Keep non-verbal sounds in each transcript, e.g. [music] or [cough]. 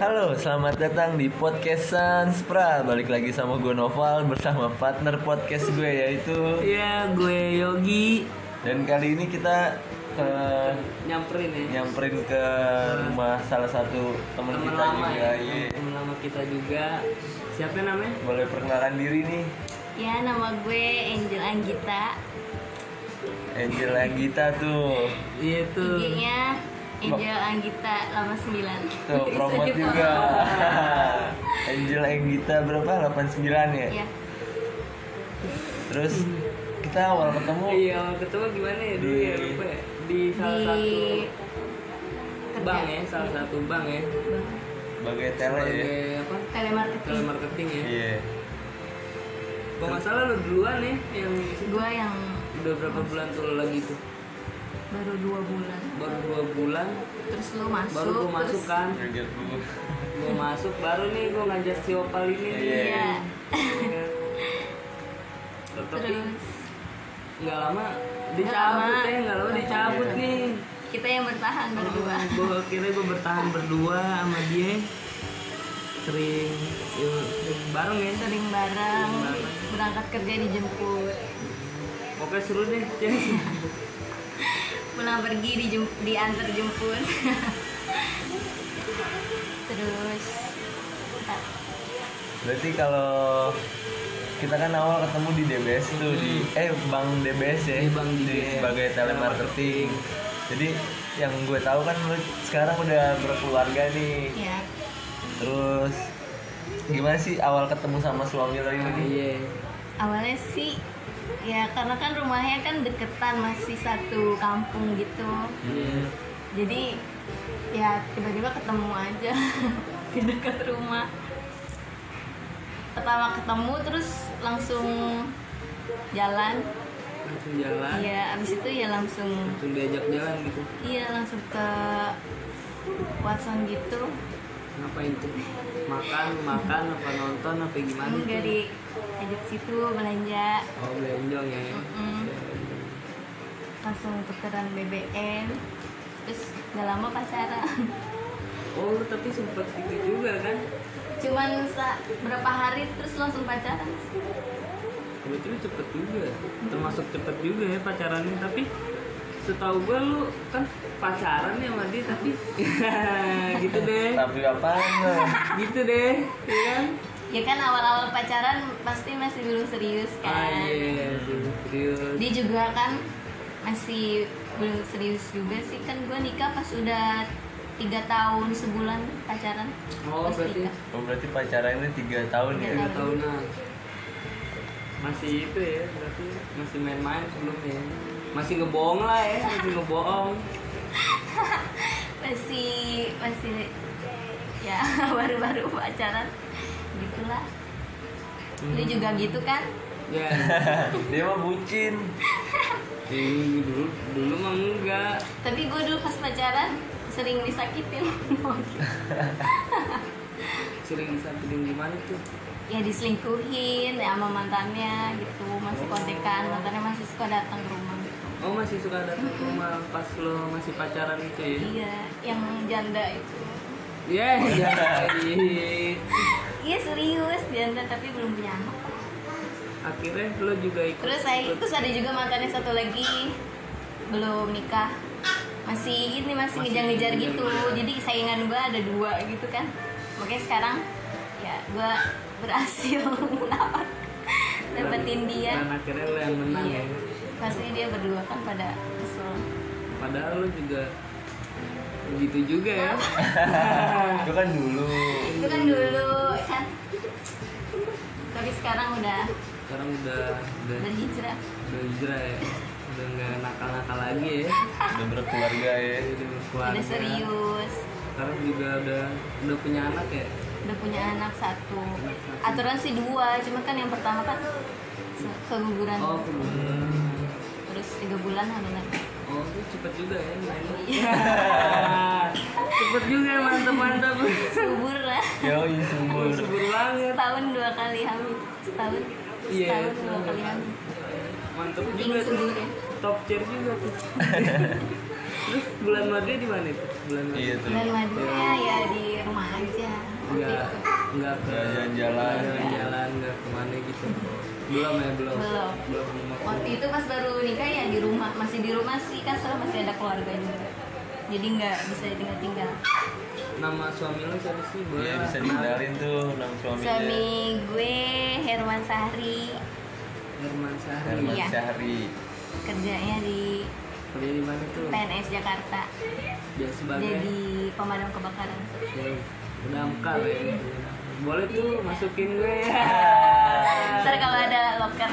Halo, selamat datang di podcast Sanspra. Balik lagi sama gue Noval bersama partner podcast gue yaitu Iya, gue Yogi dan kali ini kita ke nyamperin ya. nyamperin ke rumah salah satu teman Teman kita lama juga. ya. Iya. Teman lama kita juga. Siapa namanya? Boleh perkenalkan diri nih. Ya, nama gue Angel Anggita. Angel Anggita tuh. Iya tuh. IG-nya Angel Anggita lama 9. Tuh promote gitu. juga. [laughs] Angel Anggita berapa? 89 Eh, ya. Iya. Ya. Terus kita awal ketemu Iya, ketemu gimana ya dulu Di- ya lupa ya. Di salah Di satu kerja. bank ya, salah satu bank Oh, ya. iya. Bang. sebagai tele ya. Sebagai apa? Telemarketing. Telemarketing ya. Iya. Kalau nggak salah lu duluan ya yang Gue yang udah berapa bulan tuh lu lagi tuh? baru 2 bulan. Baru dua bulan, Terus lu masuk. baru gue masuk terus- kan. Joget dulu. Gue masuk, baru nih gue ngajak si Opal ini. nih. Iya. Iya. Iya. Tapi Terus nggak lama dicabut lama. ya, nggak lama dicabut Iya. nih. kita yang bertahan Oh. berdua. Gue kira gue bertahan berdua sama dia sering, yuk, sering bareng ya. Sering bareng, Sering bareng. berangkat kerja dijemput. Pokoknya seru deh, ya. Cez. Iya. pulang pergi dijem- diantar jemput [laughs] terus bentar. Berarti kalau kita kan awal ketemu di DBS tuh di eh Bang DBS ya. Di Bank Di- DBS. sebagai telemarketing. Jadi yang gue tahu kan lu sekarang udah berkeluarga nih. ya Terus gimana sih awal ketemu sama suami lo ini? [laughs] Iya. awalnya sih ya karena kan rumahnya kan deketan masih satu kampung gitu Iya. jadi ya tiba-tiba ketemu aja [laughs] di dekat rumah pertama ketemu terus langsung jalan Langsung jalan, ya abis itu ya langsung langsung diajak jalan gitu. Iya langsung ke Watson gitu Ngapain tuh? Makan, makan, apa nonton, apa gimana? tuh? Enggak di ajak situ belanja Mm. Oh, belanjong ya. ya. Mm-mm. Langsung tukeran BBM Terus gak lama pacaran Oh, lu tapi sempet gitu juga kan? Cuman sa- berapa hari terus langsung pacaran Kebetulan cepet juga, termasuk cepet juga ya pacarannya. Tapi setahu gue lu kan pacaran ya sama dia, tapi [laughs] gitu deh, Tapi apa? gitu deh, ya kan? Ya kan awal-awal pacaran pasti masih belum serius Ah kan iya, serius. Dia juga kan masih belum serius juga sih Kan gue nikah pas udah tiga tahun sebulan pacaran Oh Terus berarti nikah. Oh, berarti pacarannya tiga tahun ya. tiga tahunan. Masih itu ya, berarti masih main-main sebelumnya. Masih ngebohong lah ya, masih ngebohong. masih masih ya [laughs] baru-baru pacaran gitulah lu juga gitu kan Ya, Nah, Dia mah bucin. ini dulu dulu mah enggak. tapi gue dulu pas pacaran sering disakitin [laughs] Sering disakitin gimana tuh? ya diselingkuhin ya sama mantannya gitu masih kontekan mantannya masih suka datang ke rumah gitu Oh masih suka datang ke rumah pas lo masih pacaran itu ya? iya yang janda itu Iya, iya. iya serius janda tapi belum punya anak Akhirnya lo juga ikut. terus saya ikut- terus ada juga mantannya satu lagi belum nikah masih ini masih Masih ngejar-ngejar gitu ngejar-ngejar. jadi saingan gue ada dua gitu kan makanya sekarang ya gue berhasil [laughs] dapat dapetin dia Dan akhirnya lo yang menang iya ya. pasti dia berdua kan pada kesel Padahal lo juga begitu juga ya. Itu kan dulu. itu kan dulu kan tapi sekarang udah Sekarang udah udah berhijrah udah hijrah ya. Udah nggak nakal-nakal lagi ya. Udah berkeluarga ya. Udah berkeluarga. udah serius Iya. Sekarang juga udah udah punya anak ya. udah punya anak satu aturan sih dua cuma kan yang pertama kan se- keguguran Oh, kemudian. terus tiga bulan hamil lagi Oh, itu cepet juga ya mainnya. Iya. [laughs] cepet juga ya, mantep-mantep. subur lah Yoi subur. [laughs] Subur banget. setahun dua kali hamil setahun Iya, setahun dua setahun. kali hamil Mantep Saking juga tuh. suburnya. Top tier juga tuh. Terus bulan Madunya di mana itu? Bulan Madu. Iya tuh. bulan madunya ya di rumah aja Iya. Enggak Gitu. enggak ke Nggak jalan-jalan. nggak jalan-jalan, enggak kemana gitu. Belum ya, belum. Belum. Belum mau. waktu itu pas baru nikah ya di rumah masih di rumah sih kan sekarang masih ada keluarga juga jadi nggak bisa tinggal tinggal Nama suami lo siapa sih? Boleh. Iya lah. bisa dikenalin tuh nama suaminya. suami gue Herman Sahri Herman Sahri. Herman Iya. Syahri. kerjanya di Kerja di mana tuh? PNS Jakarta Dia sebagai jadi pemadam kebakaran Wow, udah angkal ya. Boleh tuh masukin gue. [laughs] ntar kalau ada loker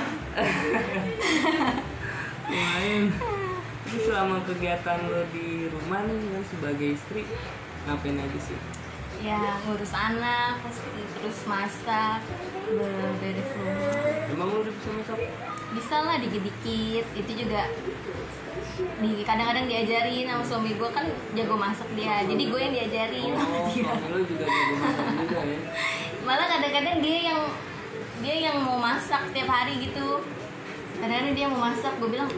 Main. Terus selama kegiatan lo di rumah nih kan sebagai istri ngapain aja sih? ya ngurus anak pasti terus masak beres rumah Emang lo udah bisa masak? Iya. bisa lah dikit-dikit itu juga di kadang-kadang diajarin sama suami gue kan jago masak dia jadi gue yang diajarin sama Oh, dia suami lo juga jago masak juga ya. malah kadang-kadang dia yang dia yang mau masak tiap hari gitu kadang-kadang dia mau masak gue bilang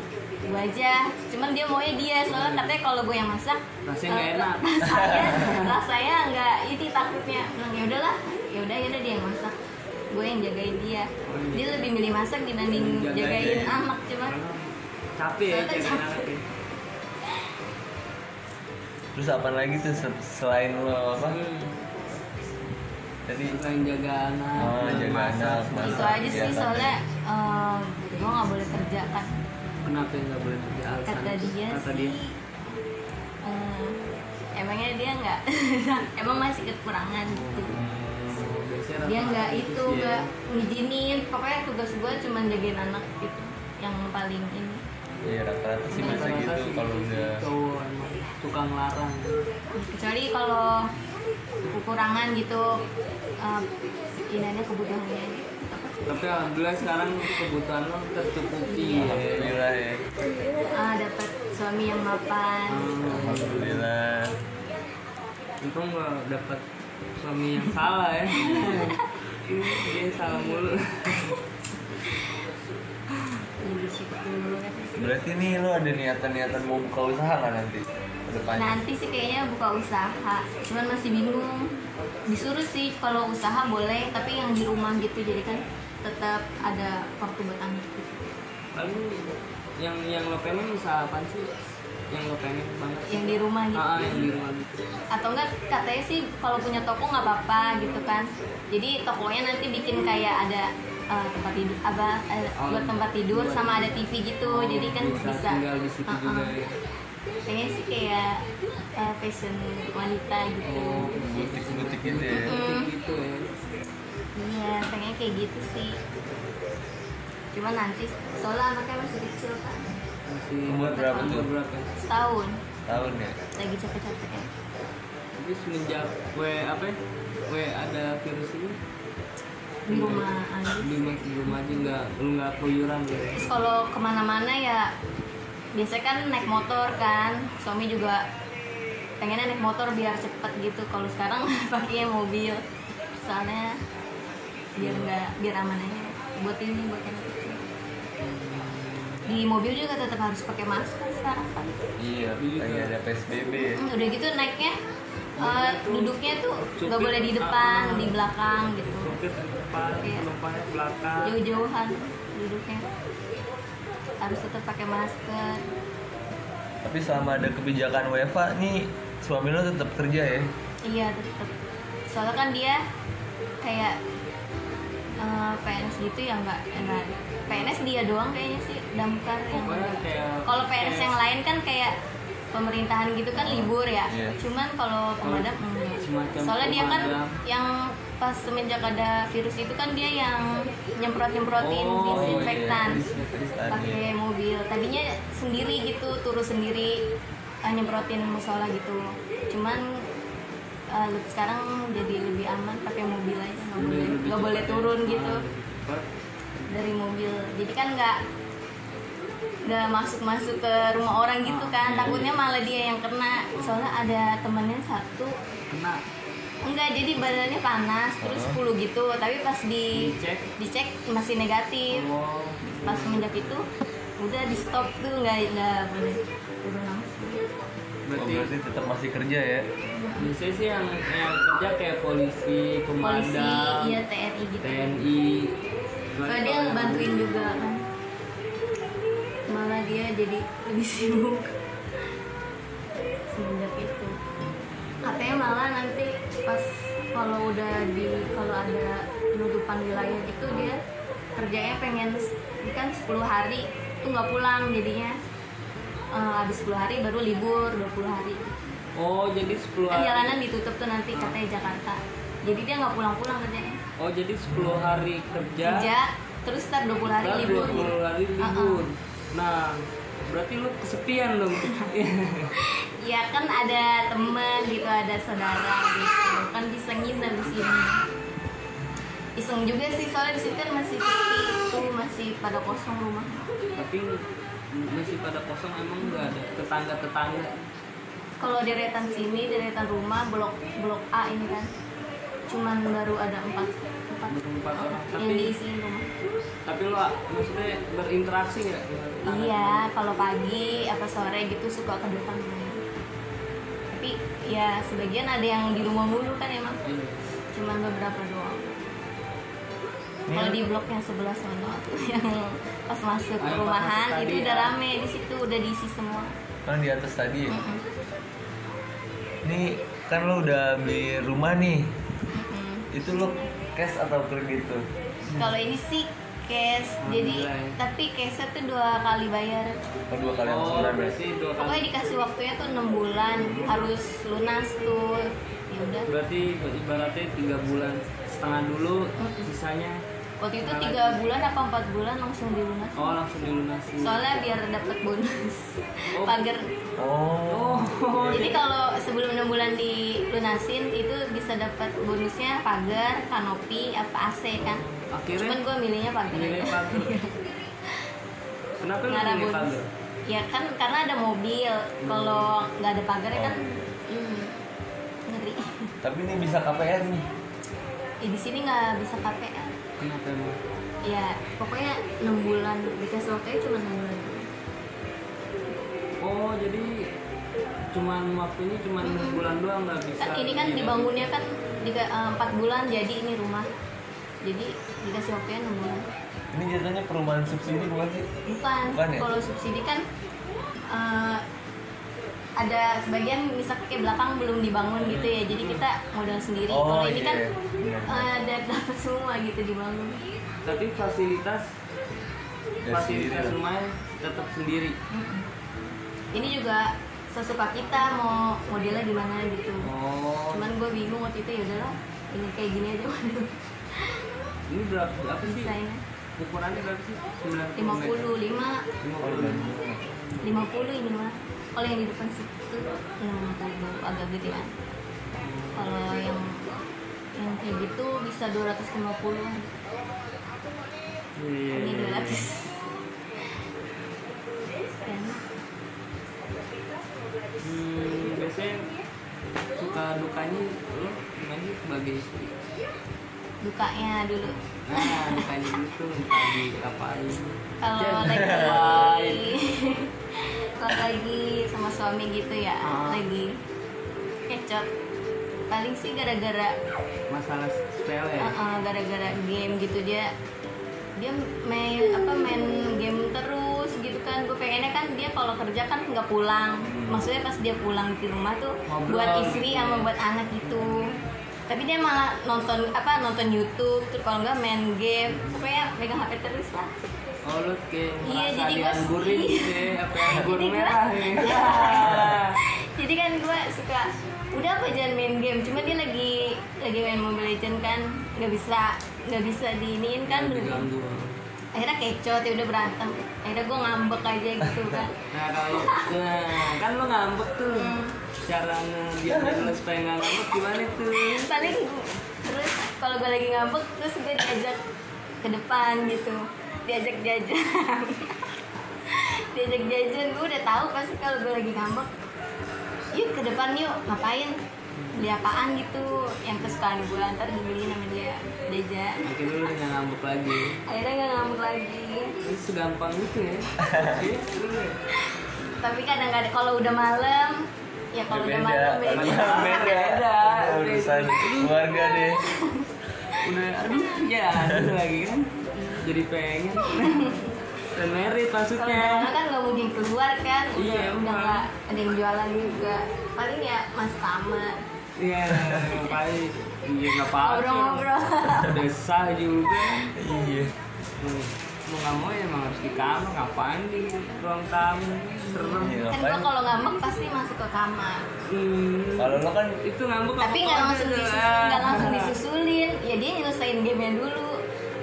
gue aja cuman dia maunya dia soalnya katanya kalau gue yang masak Rasanya nggak eh, enak. [laughs] rasanya rasanya nggak ini takutnya bilang ya udahlah ya udah ya udah dia yang masak gue yang jagain dia dia lebih milih masak dibanding Jagain. jagain anak cuman Capek ya, Soalnya capek capek. capek. Terus apa lagi tuh se- selain lo apa? Hmm, Tadi hmm, Selain jaga anak, Oh, dan jaga masak, anak, masak. itu aja sih Kegiatan. soalnya eh, gue nggak boleh kerja kan Kenapa yang nggak boleh kerja alasan? kata dia Kata sih dia. eh, emangnya dia nggak [laughs] emang masih kekurangan gitu Hmm, biasanya dia rata-rata nggak gitu itu sih ya. nggak ngizinin pokoknya tugas gue cuma jagain anak gitu yang paling ini ya rata-rata sih biasa Rata-rata gitu sih kalau udah cowok emang tukang larang. kecuali kalau kekurangan gitu eh, ini aja kebutuhannya apa Tapi alhamdulillah sekarang kebutuhan lo tercukupi ya. alhamdulillah ya. eh, dapat suami yang mapan Alhamdulillah. Untung nggak dapat suami yang salah ya. dia salah mulu. Hmm. jadi syukur Berarti nih lo ada niatan-niatan mau buka usaha nggak nanti ke depannya? Nanti sih kayaknya buka usaha, cuman masih bingung. Disuruh sih kalau usaha boleh, tapi yang di rumah gitu jadi kan tetap ada waktu buat anak gitu. Lalu yang yang lo pengen usaha apa sih? Yang lo pengen banget? Yang di rumah gitu. Ah, ah, yang di rumah gitu. Atau enggak katanya sih kalau punya toko nggak apa-apa gitu kan. Jadi tokonya nanti bikin kayak ada eh, tempat tidur, apa eh, Oh, buat tempat tidur buat- sama ada TV gitu. jadi kan bisa. Oh, tinggal di situ Uh-uh. juga ya. Pengen sih kayak eh, fashion wanita gitu. Oh, Butik-butik gitu ya. Hmm. gitu ya. Iya, pengen kayak gitu sih. Cuma nanti soalnya anaknya masih kecil kan, Masih Umur berapa tuh? Umur berapa? setahun Tahun ya. lagi capek-capeknya. Terus semenjak we apa ya? We ada virus ini Di rumah aja. di rumah di rumah aja nggak lu nggak keluyuran gitu. Terus kalau kemana-mana ya biasanya kan naik motor kan, suami juga pengennya naik motor biar cepet gitu. Kalau sekarang [laughs] pakainya mobil, soalnya biar nggak biar aman aja. Buat ini buat yang kecil. Di mobil juga tetap harus pakai masker sekarang kan. Iya. Lagi ada PSBB. ya. Hmm, udah gitu naiknya eh, duduknya tuh nggak boleh di depan di belakang gitu Sopir di depan, Iya. penumpangnya di belakang. jauh-jauhan duduknya harus tetap pakai masker Tapi selama ada kebijakan WFA nih suami lo tetap kerja ya? iya tetap soalnya kan dia kayak eh, PNS gitu ya nggak nggak PNS dia doang kayaknya sih damkar yang Pokoknya kayak kalau PNS yang lain kan kayak pemerintahan gitu kan libur ya Iya. cuman kalau pemadam enggak. semacam soalnya dia kan pemadam. yang pas semenjak ada virus itu kan dia yang nyemprot nyemprotin Oh, iya, disinfektan disinfektan, pakai mobil tadinya sendiri gitu turun sendiri eh, nyemprotin musola gitu cuman eh, sekarang jadi lebih aman pakai mobil aja nggak Lebih- boleh Iya, lebih nggak boleh cepat ya. turun Ah, gitu lebih cepat. dari mobil jadi kan nggak nggak masuk masuk ke rumah orang gitu kan takutnya malah dia yang kena soalnya ada temennya satu Kena enggak jadi badannya panas terus 10 gitu tapi pas di Dicek. dicek masih negatif Oh, pas semenjak itu udah di stop tuh nggak nggak boleh udah langsung Oh, berarti berarti tetap masih kerja ya biasanya sih yang yang kerja kayak polisi polisi komandan iya TNI gitu TNI soalnya dia ngebantuin juga kan malah dia jadi lebih [laughs] sibuk semenjak itu katanya malah nanti pas kalau udah di kalau ada penutupan wilayah itu dia kerjanya pengen kan 10 hari tuh nggak pulang jadinya Eh, habis 10 hari baru libur 20 hari oh jadi 10 kan hari jalanan ditutup tuh nanti katanya Jakarta jadi dia nggak pulang-pulang kerjanya oh jadi 10 hari kerja, kerja terus ntar 20 hari Ya. ntar libur 20 hari Uh-uh. libur nah berarti lu kesepian dong [laughs] ya kan ada temen gitu ada saudara gitu kan bisa nginep di sini iseng juga sih soalnya di sini kan masih sepi itu masih pada kosong rumah tapi masih pada kosong emang nggak ada tetangga tetangga kalau deretan sini deretan rumah blok blok A ini kan cuman baru ada empat empat Berempat orang. yang Tapi- diisi rumah tapi lu maksudnya berinteraksi nggak dengan tetangga? Iya, kalau pagi apa sore gitu suka ke depan rumah. Tapi ya sebagian ada yang di rumah mulu kan emang Iya. cuman beberapa doang. Kalau di blok yang sebelah sana [laughs] tuh yang pas masuk Ah, yang pas perumahan masuk itu tadi udah ya. Iya. rame di situ udah diisi semua. kan di atas tadi ya. Mm-mm. ini kan lo udah beli rumah nih Hmm. Mm-mm. itu lo cash atau kredit tuh Kalau ini sih cash, jadi Alhamdulillah ya. tapi cashnya tuh dua kali bayar. atau dua kali oh sebulan ya? berarti dua kali Pokoknya dikasih waktunya tuh enam bulan harus lunas tuh. Ya udah. berarti ibaratnya tiga bulan setengah dulu Mm-mm. sisanya Waktu itu setengah tiga lagi. bulan apa empat bulan langsung dilunas. oh langsung dilunasi Soalnya biar dapat bonus Oh. pagar. oh oh Iya. Jadi kalau sebelum enam bulan dilunasin itu bisa dapat bonusnya pagar, kanopi, apa AC kan. akhirnya Cuman gue milihnya pagar. milih aja. Iya. [laughs] pagar kenapa lu Nggak ada milih bonus. pagar Ya kan karena ada mobil. Kalau nggak ada pagar ya kan hmm, ngeri. [laughs] tapi ini bisa KPR nih Ya, di sini nggak bisa KPR. kenapa emang Ya pokoknya enam bulan dikasih waktunya cuma enam bulan. oh jadi cuman waktunya cuman Mm-mm. bulan doang nggak bisa kan ini kan Iya. dibangunnya kan tiga- eh, empat bulan jadi ini rumah jadi dikasih waktunya enam bulan ini jatuhnya perumahan subsidi bukan sih bukan, Bukan ya? kalau subsidi kan eh, ada sebagian misalnya kayak belakang belum dibangun gitu ya jadi kita modal sendiri kalau ini kan Hmm. Oh, Iya. eh, ada dapat semua gitu dibangun tapi fasilitas Ya, sendiri fasilitas lah. rumahnya tetap sendiri Hmm. Mm-mm. ini juga sesuka kita mau modelnya gimana gitu oh cuman gue bingung waktu itu ya udahlah ini kayak gini aja [laughs] model ini berapa apa sih desainnya ukurannya berapa sih 90 lima puluh lima Oh, udah. 50 50 ini mah kalau yang di depan situ enam ribu agak gedean kalau yang yang kayak gitu bisa 250 an Iya. ini 200 Dan Hmm, biasanya suka dukanya lo gimana sih sebagai istri? dukanya dulu Nah, dukanya itu tadi apa aja? kalau [laughs] Jangan. lagi Iya. kalau lagi sama suami gitu ya Ah. lagi kecap paling sih gara-gara Masalah spell ya. Uh-uh, gara-gara game gitu dia dia main apa main game terus gitu kan gue pengennya kan dia kalau kerja kan nggak pulang maksudnya pas dia pulang di rumah tuh Ngobrol buat istri gitu ya. sama buat anak gitu tapi dia malah nonton apa nonton YouTube terus kalau nggak main game pokoknya megang HP terus lah [laughs] Oh, lo kayak Iya, merasa jadi gua- dianggurin gitu ya, apa [laughs] yang anggur Jadi gua- Iya. merah ya. jadi kan gue suka udah apa jangan main game cuma dia lagi lagi main Mobile Legend kan nggak bisa nggak bisa diinin Iya, kan diganggu. akhirnya kecot ya udah berantem akhirnya gue ngambek aja gitu kan Nah, kalau nah, kan lo ngambek tuh. Hmm. Cara ngebiarin lo supaya nggak ngambek gimana tuh? paling gua- terus kalau gue lagi ngambek terus gue diajak ke depan gitu diajak jajan [laughs] diajak jajan gue udah tahu pasti kalau gue lagi ngambek yuk ke depan yuk ngapain beli apaan gitu yang kesukaan gue ntar dibeliin sama dia jajan Akhirnya lo udah ngambek lagi. akhirnya nggak ngambek lagi Ini gitu segampang itu ya. Iya, iya. tapi kadang-kadang kalau udah malam ya Ya, kalau udah beda, malam beda Iya, [laughs] beda, Beda. Ada urusan keluarga deh. udah aduh ya aduh lagi kan jadi pengen dan merit kalau udah maksudnya malam kan nggak mungkin keluar kan udah Iya, udah emang. nggak ada yang jualan juga paling ya mas tama Iya, ngapain? Iya, nggak apa-apa. Ngobrol-ngobrol. Udah sah juga. Iya. Hmm, Mau nggak mau ya emang harus di kamar, ngapain di ruang tamu? Serem. Iya, kan ngapain? gua kalau ngambek pasti masuk ke kamar Hmm, Kalau lo kan itu ngambek tapi apa nggak kode langsung tuh, disusulin ah. nggak langsung disusulin ya dia nyelesain gamenya dulu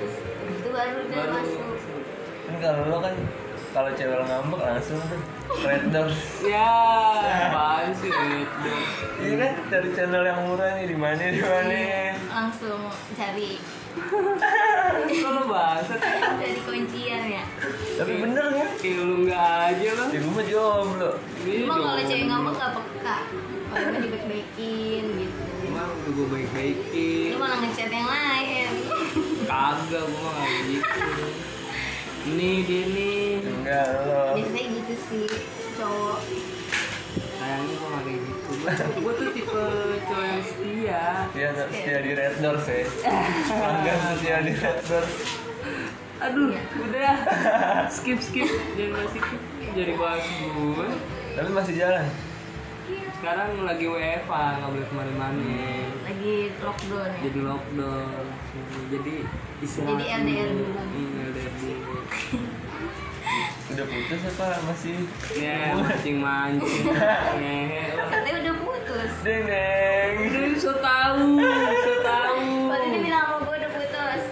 Terus itu baru udah Baru. masuk kan kalau lo kan kalau cewek lo ngambek langsung tuh red door. Ya, apaan sih itu? Iya kan dari channel yang murah nih di mana di mana. Eh. Iya. langsung cari Kalau bahasa dari kuncian ya Tapi bener kan? kayak lu nggak aja lah. Ya gue mah jomblo. Ini cuma kalau Iya dong. cewek ngambek nggak peka kalau nggak dibaik-baikin gitu Emang udah gue baik-baikin. lu malah ngechat yang Iya. lain Kagak, gue mah nggak gitu. Nih dia nih. Enggak lo. biasanya gitu sih cowok sayangnya gue gak kayak gitu gue tuh tipe cowok yang setia Dia nggak setia di red door sih. Enggak setia di red door. aduh Iya. udah skip skip jangan masih jadi bahas gue Tapi masih jalan. sekarang lagi WFA nggak boleh kemana-mana lagi lockdown ya jadi lockdown jadi istirahat Jadi LDR dulu. Iya, LDR dulu Udah putus apa masih? ya mancing mancing katanya udah putus Deneng. Udah so tau, so tau waktu dia bilang sama gue udah putus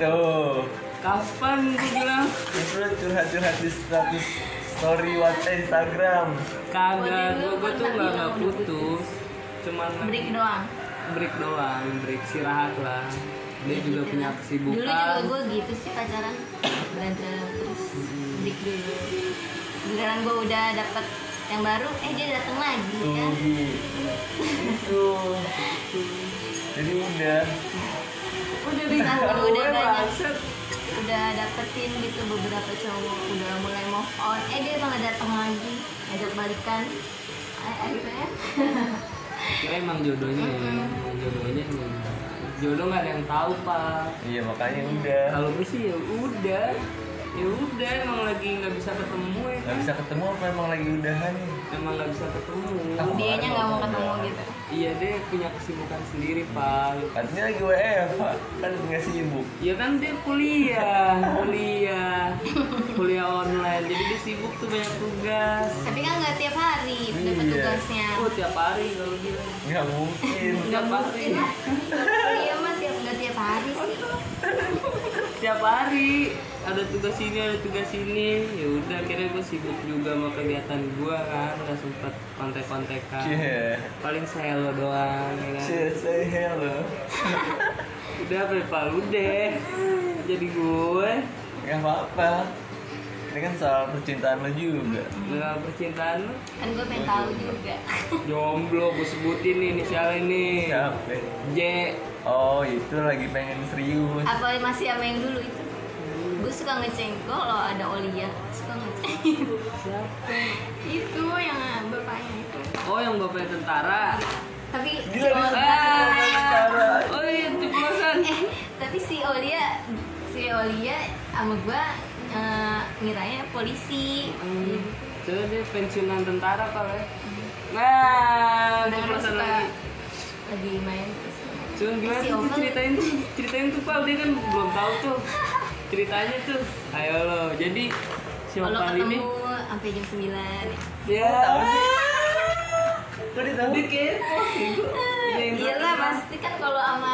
Tuh. Kapan gue bilang Terus lo curhat-curhat di status story WhatsApp Instagram. Kagak, Waktu itu gue gue tuh pernah nggak bilang nggak udah putus Cuman break doang break doang, break istirahat lah. Dia juga punya kesibukan. Dulu juga gue gitu sih pacaran berantem terus break dulu. Giliran gue udah dapet yang baru, eh dia datang lagi Hmm. kan. Rugi. Itu. Jadi udah. udah [laughs] Nah, ditaruh, udah banyak. bangsat. Udah dapetin gitu beberapa cowok, udah mulai move on. Eh dia malah datang lagi, ngajak balikan. Eh, gitu A- Akhirnya Ya, emang jodohnya, ya. emang jodohnya. ya. Jodoh nggak ada yang tahu pak. Iya makanya udah. Kalau gue sih ya udah, ya udah emang lagi nggak bisa ketemu ya Gak kan. bisa ketemu apa emang lagi udahan nih? Emang nggak bisa ketemu. Tahu. [laughs] dianya nggak mau ketemu gitu. Iya deh punya kesibukan sendiri pak. Katanya lagi WFH, kan nggak sibuk. Ya kan dia kuliah, kuliah, kuliah online. Jadi dia sibuk tuh banyak tugas. Tapi kan nggak tiap hari dapat Iya. tugasnya. Oh tiap hari kalau gitu. Nggak mungkin. Tiap hari. Iya mah tiap nggak tiap hari sih. Tiap hari ada tugas ini, ada tugas ini. Ya udah akhirnya gue sibuk juga sama kegiatan gue kan, nggak sempet kontek-kontekan. Cie, Paling saya lo doang ya kan. cie, say hello. Udah berapa lu deh. Jadi gue Nggak apa-apa. Ini kan soal percintaan lo juga. dengan percintaan lu Kan gue pengen tahu juga. jomblo gue sebutin nih inisial ini. Capek. J. Oh itu lagi pengen serius. apa masih sama yang dulu itu gue suka ngecengkol kalau ada Olia suka ngecengin Siapa? itu yang bapaknya itu Oh yang bapaknya tentara. tapi si Gila, dia Olia Ah, oh iya ceplosan. eh tapi si Olia si Olia sama gue eh, ngiranya polisi Hmm, Coba dia pensiunan tentara kalau ya. Nah, Udah ceplosan kan suka lagi. lagi main terus Cuman gimana Si tuh Oval. ceritain tuh, ceritain tuh Pal, dia kan belum tahu tuh ceritanya tuh. Ayo lo, jadi si kalau Opal ketemu ini sampai jam 9 ya Tahu sih. Kok dia tahu? dia kepo sih gua. Dia yang Iya lah terakhir, pasti kan kalau sama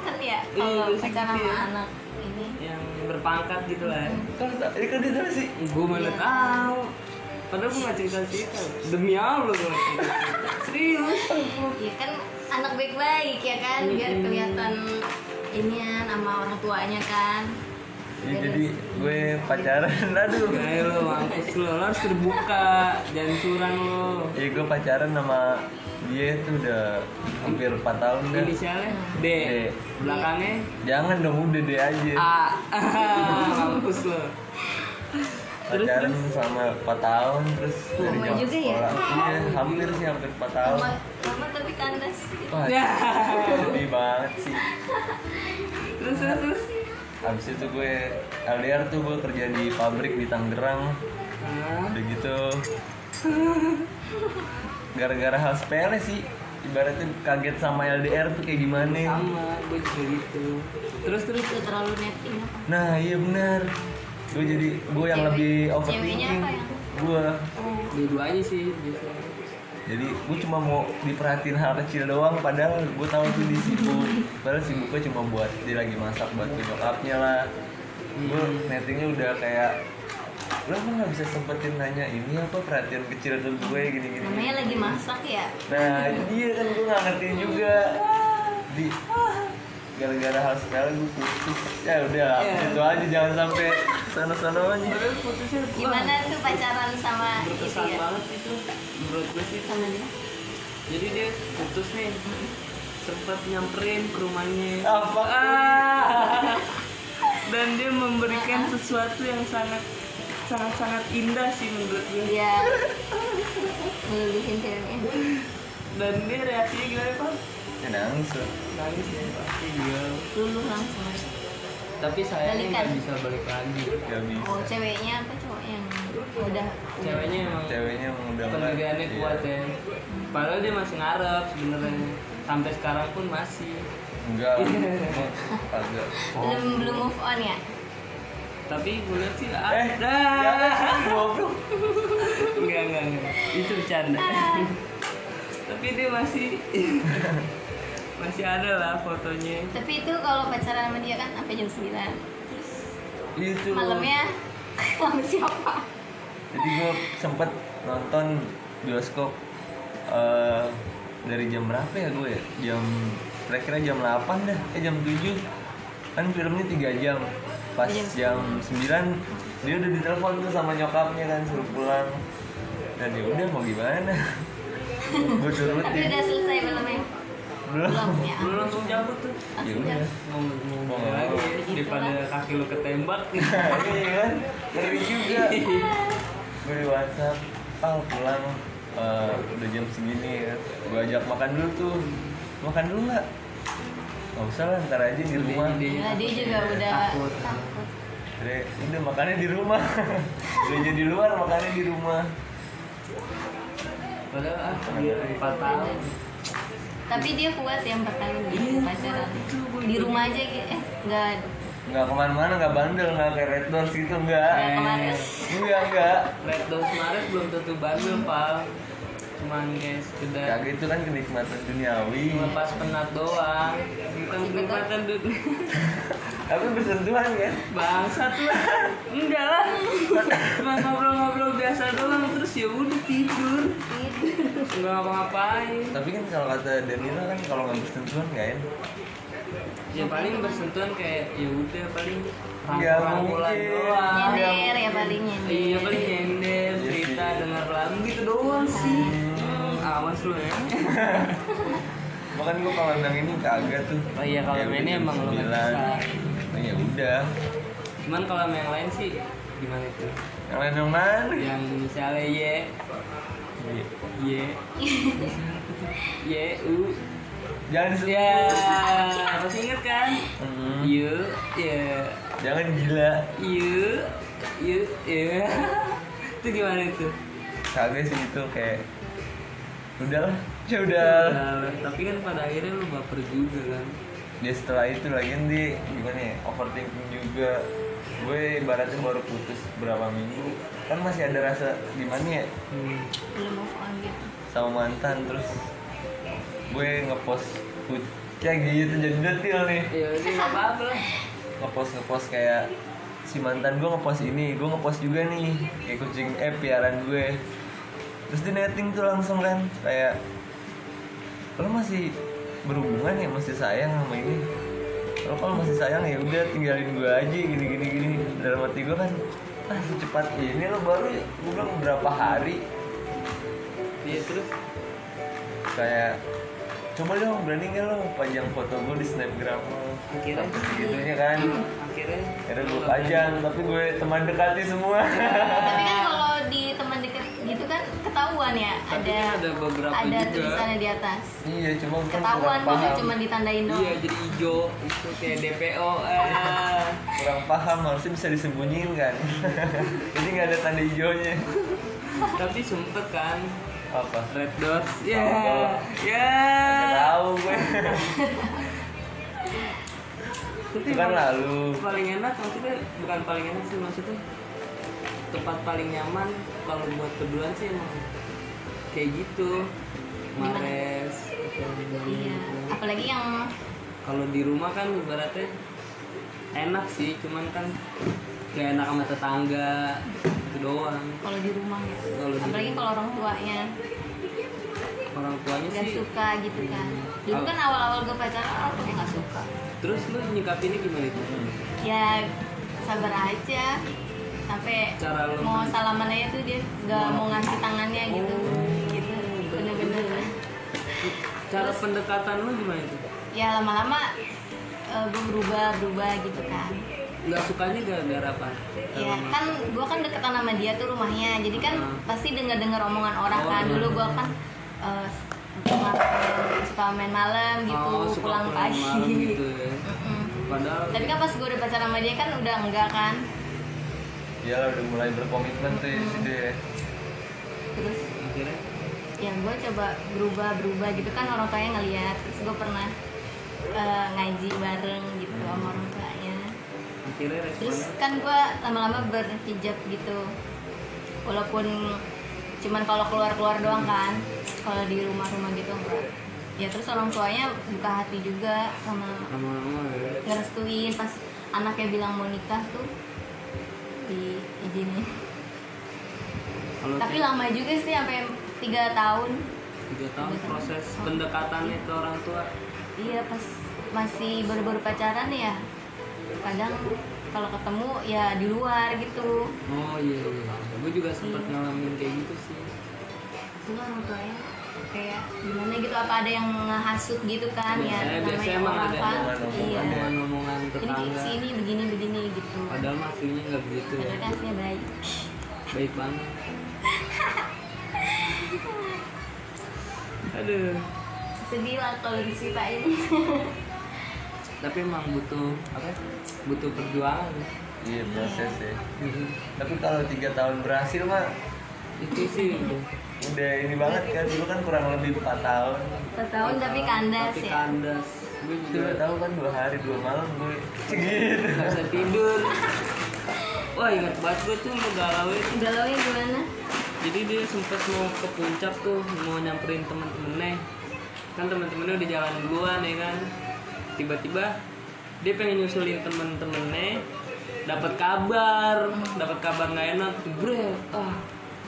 kan ya kalau Iya, pasti pacaran gitu sama ya. anak ini yang berpangkat gitu lah. Kok dia tahu? Ini kok dia tahu sih? Gue Iya. mana tahu. Padahal gue gak cerita cerita. Demi Allah gue cerita. Serius. Iya kan anak baik-baik ya kan Iya. biar kelihatan inian sama orang tuanya kan. Ya, jadi gue pacaran, [laughs] aduh. Ayo lo, mampus lo, lo harus terbuka, jangan curang lo. Ya gue pacaran sama dia itu udah hampir 4 tahun dah. Inisialnya D, D. belakangnya Ah, [laughs] Jangan dong udah deh aja. A, mampus lo. Terus, pacaran selama 4 tahun terus dari Lama jam juga ya? sekolah. Iya, hampir sih hampir 4 tahun. lama lama tapi kandas gitu. Wah, Ya. sedih banget sih. terus terus terus Habis itu gue LDR tuh gue kerja di pabrik di Tangerang. Ah, Udah gitu. Gara-gara hal sepele sih. Ibaratnya kaget sama LDR tuh kayak gimana. sama gue juga gitu terus terus itu terlalu netting apa Nah, iya benar. Gue jadi gue yang Cewek- lebih ceweknya overthinking. apa yang- Gue oh dua-duanya sih biasanya jadi gue cuma mau diperhatiin hal kecil doang padahal gue tahu tuh di sibuk padahal sibuknya cuma buat dia lagi masak buat ke nyokapnya lah gue nettingnya udah kayak lo kok nggak bisa sempetin nanya ini apa perhatian kecil ke gue gini gini namanya lagi masak ya nah itu dia kan gue nggak ngerti juga di gara-gara hal sepele gue putus ya udah Iya. itu aja jangan sampai sana-sana aja terus putusnya wah, gimana tuh pacaran sama itu berkesan ya banget itu menurut gue sih sama dia jadi dia putus nih sempat nyamperin ke rumahnya Apa? Ah. dan dia memberikan sesuatu yang sangat sangat sangat indah sih menurut gue dia ngeluhin Iya. ceweknya dan dia reaksinya gimana pak ya nangis lah. nangis ya pasti dia luluh langsung tapi sayangnya nggak Balikan. bisa balik lagi nggak bisa oh ceweknya apa cowoknya yang udah ceweknya emang ceweknya emang udah nggak- tenaganya iya. kuat ya padahal dia masih ngarep sebenarnya sampai sekarang pun masih Enggak. Iya. Agak. belum belum move on ya tapi gue lihat sih Eh, ada jangan goblok. enggak enggak enggak itu bercanda Iya. tapi dia [laughs] masih masih ada lah fotonya tapi itu kalau pacaran sama dia kan sampai jam 9 terus Itu. malamnya [laughs] sama siapa Jadi gue sempet nonton bioskop eh dari jam berapa ya gue ya? Jam kira-kira jam 8 dah, eh jam 7 kan filmnya 3 jam pas Iya. jam 9 dia udah ditelepon tuh sama nyokapnya kan suruh pulang dan ya udah mau [laughs] gimana gue tapi turutin udah selesai filmnya belum belum ya lu langsung cabut tuh ya Iya. udah mau mau Mau mau nggak lagi mau. ya, daripada kaki lu ketembak [laughs] iya kan ngeri juga gue di WhatsApp al pulang eh, udah jam segini ya gue ajak makan dulu tuh makan dulu nggak nggak usah lah ntar aja di rumah Ide-ide. Nah, dia juga udah Iya. Takut. takut. Jadi, udah makannya di rumah [laughs] udah jadi di luar makannya di rumah [laughs] padahal ah Iya. dia empat tahun Tapi dia kuat ya empat Iya. tahun gitu pacaran. Di rumah aja gitu. Eh, enggak. Iya. nggak kemana-mana nggak bandel nggak kayak red doors gitu nggak Eh. Kemarin enggak enggak Red Doors Maret belum tentu bandel pak cuman kayak sekedar kayak gitu kan kenikmatan duniawi melepas penat doang kita kenikmatan dunia tapi bersentuhan kan [laughs] bangsat lah enggak lah cuma ngobrol-ngobrol biasa doang terus ya udah tidur nggak ngapa-ngapain tapi kan kalau kata Danila kan kalau nggak bersentuhan nggak enak ya paling bersentuhan kayak ya udah paling Nggak rangkul-rangkulan Iya, mungkin. doang nyender ya paling nyender. Ah, iya paling nyender Iya cerita sih. denger lagu gitu doang sih Hmm, awas lu [laughs] ya Bahkan gue kalau yang ini kagak tuh. oh iya kalau Ya yang udah, ini jam emang lu nggak sembilan. bisa Nah, ya udah. cuman kalau sama yang lain sih gimana itu Yang lain yang mana? yang misalnya ye [laughs] ye ye u Jangan se- Ya, masih inget kan? Hmm, You, ya, Jangan gila. you, you, ya. [laughs] itu gimana itu? Kagak sih itu kayak udahlah. Ya udah. Nah, tapi kan pada akhirnya lu baper juga kan? Dia setelah itu lagi di gimana ya? Overthinking juga. Gue ibaratnya baru putus berapa minggu kan masih ada rasa gimana ya Hmm. Belum move on gitu. sama mantan terus gue ngepost put- ya gitu jadi detil nih Ya udah nggak apa-apa lah. ngepost ngepost kayak si mantan gue ngepost ini gue ngepost juga nih kayak kucing eh piaran gue terus di netting tuh langsung kan kayak lo masih berhubungan ya masih sayang sama ini lo kalau masih sayang ya udah tinggalin gue aja gini gini gini dalam hati gue kan ah secepat ini lo baru gue bilang berapa hari Ya terus, kayak coba dong berani nggak lo panjang foto gue di snapgram lo Akhirnya. gitu ya kan akhirnya akhirnya gue pajang tapi gue teman dekati semua tapi kan kalau di teman deket gitu kan ketahuan ya Tapi ada kan ada beberapa ada juga. tulisannya di atas [laughs] iya cuma gue kan ketahuan kurang gitu paham cuma ditandain doang iya jadi hijau itu kayak DPO [laughs] ah. kurang paham harusnya bisa disembunyiin kan [laughs] jadi nggak ada tanda hijaunya tapi sempet kan apa red doors ya Tahu. ya nggak tahu gue itu kan lalu paling enak maksudnya bukan paling enak sih maksudnya tempat paling nyaman kalau buat keduaan sih emang kayak gitu mares iya apalagi yang kalau di rumah kan ibaratnya enak sih cuman kan gak enak sama tetangga itu doang kalau di rumah ya Kalau di apalagi kalau orang tuanya orang tuanya nggak sih suka gitu kan dulu Oh. kan awal-awal gue pacaran orang tuanya nggak suka terus lu nyikapinnya gimana itu Hmm, ya sabar aja sampai Cara lu- mau salaman aja tuh dia nggak mau ngasih tangannya gitu gitu bener-bener cara pendekatan lu gimana itu ya lama-lama gue berubah berubah gitu kan nggak sukanya gara-gara apa ya kan gue kan deketan sama dia tuh rumahnya jadi kan Hmm. pasti dengar-dengar omongan orang Oh, kan iya. dulu gue kan eh, suka- eh, suka main malam gitu oh, suka pulang pagi malam gitu ya [laughs] Mm-mm. padahal ya, tapi kan pas gue udah pacaran sama dia kan udah enggak kan ya lah udah mulai berkomitmen tuh ya, situ ya terus akhirnya ya gue coba berubah berubah gitu kan orang tuanya ngeliat terus gue pernah eh, ngaji bareng gitu sama orang tuanya akhirnya terus responnya kan gue lama-lama berhijab gitu walaupun cuman kalau keluar-keluar doang kan kalau di rumah-rumah gitu enggak ya terus orang tuanya buka hati juga sama lama-lama ya ngerestuin pas anaknya bilang mau nikah tuh diizinin kalau tapi tiga- lama juga sih sampai tiga tahun Oh. tiga tahun proses pendekatannya ke orang tua Iya pas masih baru-baru pacaran ya kadang kalau ketemu ya di luar gitu oh iya iya gue juga sempat ngalamin kayak gitu sih itu kan orang tuanya kayak gimana gitu apa ada yang ngehasut gitu kan Biasanya- ya biasanya emang ada omongan-omongan iya ya. omongan-omongan ini kayak tetangga sini begini begini gitu padahal maksudnya nggak begitu ya ternyata aslinya baik baik [laughs] banget aduh sedih lah kalau [laughs] diceritain tapi emang butuh apa ya? butuh perjuangan iya proses ya Iya. Mhm. tapi kalau tiga tahun berhasil mah itu sih udah udah ini banget kan dulu kan kurang lebih empat tahun empat tahun tapi kandas tapi ya kandas gue dua juga tahun kan dua hari dua malam gue Gitu. nggak bisa tidur wah ingat banget gue tuh mau galau itu galau nya gimana jadi dia sempet mau ke puncak tuh mau nyamperin temen-temennya kan temen-temennya udah jalan duluan ya kan tiba-tiba dia pengen nyusulin temen-temennya dapat kabar dapat kabar nggak enak jebret ah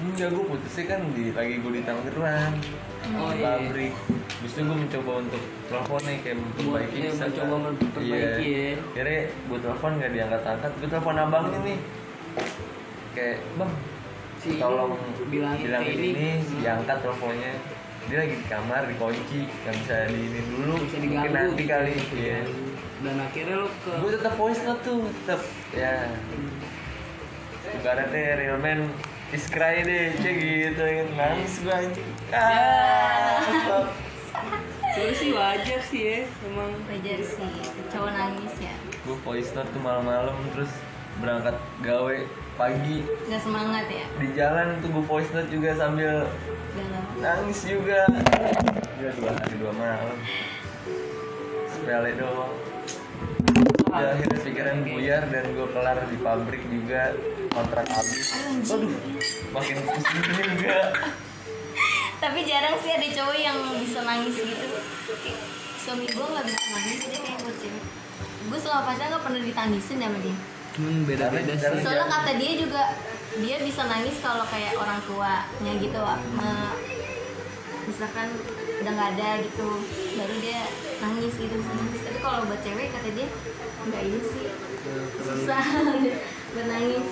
enggak gue putusnya kan di lagi gue di Tangerang Oh, di iya. pabrik Habis itu gue mencoba untuk telepon nih kayak memperbaiki Iya, bisa mencoba nggak? memperbaiki iya. ya. akhirnya gue telepon nggak diangkat angkat gue telepon abangnya nih kayak bang si tolong bilang bilang bilang ini, Hmm. diangkat teleponnya dia lagi di kamar dikunci nggak bisa diinin dulu bisa mungkin diganggu gitu. nanti kali Bisa iya diganggu. dan akhirnya lo ke gue tetap voice note tuh tetap ya Hmm. ibaratnya real man is cry deh cek gitu ya. nangis gue anjing Ya. ah stop. Sebenernya sih wajar sih ya emang wajar sih cowok nangis ya gue voice note tuh malam-malam terus berangkat gawe pagi nggak semangat ya di jalan tuh gue voice note juga sambil galau nangis juga Gila dua hari dua malam sepele doang ya akhirnya pikiran buyar dan gue kelar di pabrik juga kontrak habis aduh makin pusing juga tapi jarang sih ada cowok yang bisa nangis gitu Kayak, suami gue nggak bisa nangis dia kayak buat cewek gue selama pacaran nggak pernah ditangisin sama dia hmm, beda beda Karena- sih soalnya kata dia juga dia bisa nangis kalau kayak orang tuanya gitu me- bisa Eh, misalkan udah nggak ada gitu baru dia nangis gitu bisa nangis tapi kalau buat cewek kata dia nggak ini sih susah [laughs] buat nangis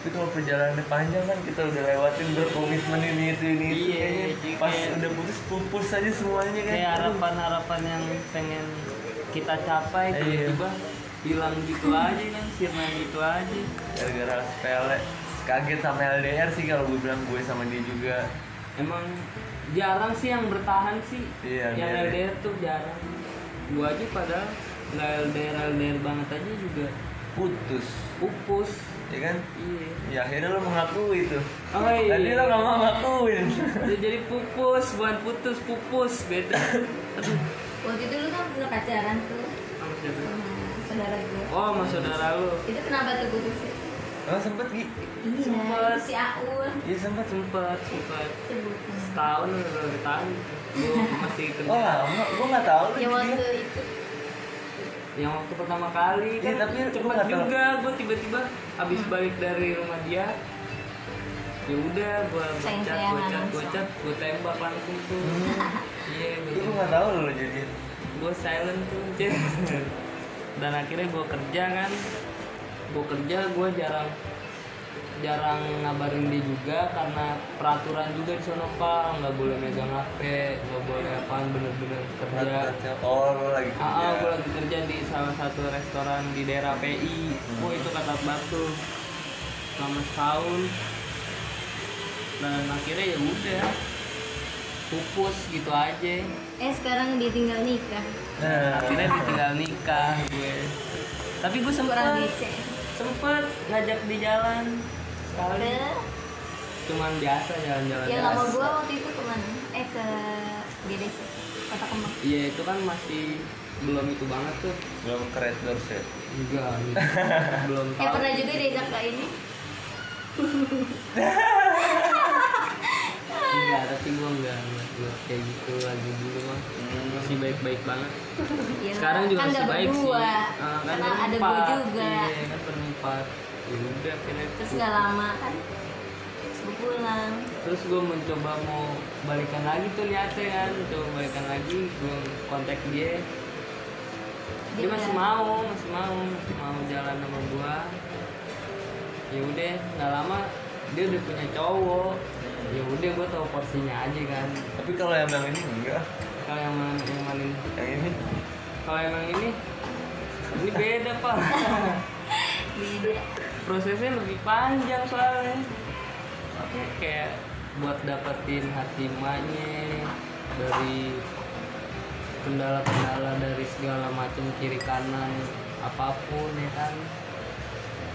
Tapi kalau perjalanannya panjang kan kita udah lewatin berkomitmen ini itu ini itu Iya, kayaknya jadi pas kayak- udah putus pupus aja semuanya kan. kayak harapan-harapan yang pengen kita capai Iya. tiba-tiba hilang gitu aja kan sirna gitu aja Gara-gara sepele kaget sama LDR sih kalau gue bilang gue sama dia juga. emang jarang sih yang bertahan sih Iya, yang biarin. LDR tuh jarang gua aja padahal nggak LDR LDR banget aja juga Putus, pupus ya kan? iya Ya akhirnya lo mengakui itu. Oh, iya. Tadi lo gak mau ngakuin. Dia jadi pupus bukan putus pupus beda aduh waktu itu lu kan pernah pacaran tuh sama siapa? sama saudara gue oh sama saudara lu itu kenapa tuh putusnya Emang sempet Gi? iya Sempet. itu si Aul Iya sempet. sempat sempat sebutin setahun atau dua tahun gua masih kerja Oh lama, gue gak tau ya lagi dia. waktu itu yang waktu pertama kali kan Iya, tapi lu cepet nggak tahu. juga gue tiba-tiba abis balik dari rumah dia ya udah gue cat gue Sayang-sayangan cat gue langsung. cat gue tembak langsung [laughs] tuh iya Gue gak tau lo jadi. gue silent tuh Cet. [laughs] dan akhirnya gue kerja kan gue kerja gue jarang jarang ngabarin dia juga karena peraturan juga di sono pak nggak boleh megang hp nggak boleh apaan bener-bener kerja Oh lo lagi kerja. Iya. Ah, gue lagi kerja di salah satu restoran di daerah PI. Oh, itu kata batu selama setahun. Dan akhirnya ya udah pupus gitu aja. eh sekarang ditinggal nikah Nah, Akhirnya ditinggal nikah gue. Tapi gue kurang sempet dicek sempet ngajak di jalan sekali. Cuman biasa jalan-jalan. ya nama biasa. gue waktu itu kemana eh ke GDC kota kembang Iya itu kan masih belum itu banget tuh. belum ke Red Doors ya? Enggak. gitu. belum eh tahu. pernah juga diajak ke ini Enggak, Iya, tapi gue enggak, enggak, enggak kayak gitu lagi dulu mah Masih baik-baik banget Iya, Sekarang juga kan masih nggak baik berdua, sih Ah, karena ada berempat. gue juga Iya, kan berempat Ya udah, akhirnya terus nggak lama kan terus gue pulang Terus gue mencoba mau balikan lagi tuh liatnya kan Coba balikan lagi, gue kontak dia Dia masih bilang, mau, masih mau, masih mau jalan sama gue Ya udah, nggak lama dia udah punya cowok ya udah gue tahu porsinya aja kan Tapi kalau yang bilang ini enggak, kalau yang mana yang manin yang ini Kalau emang ini ini beda pak. [laughs] beda Prosesnya lebih panjang soalnya. Aku kayak buat dapetin hati emaknya dari kendala-kendala dari segala macam kiri kanan apapun ya kan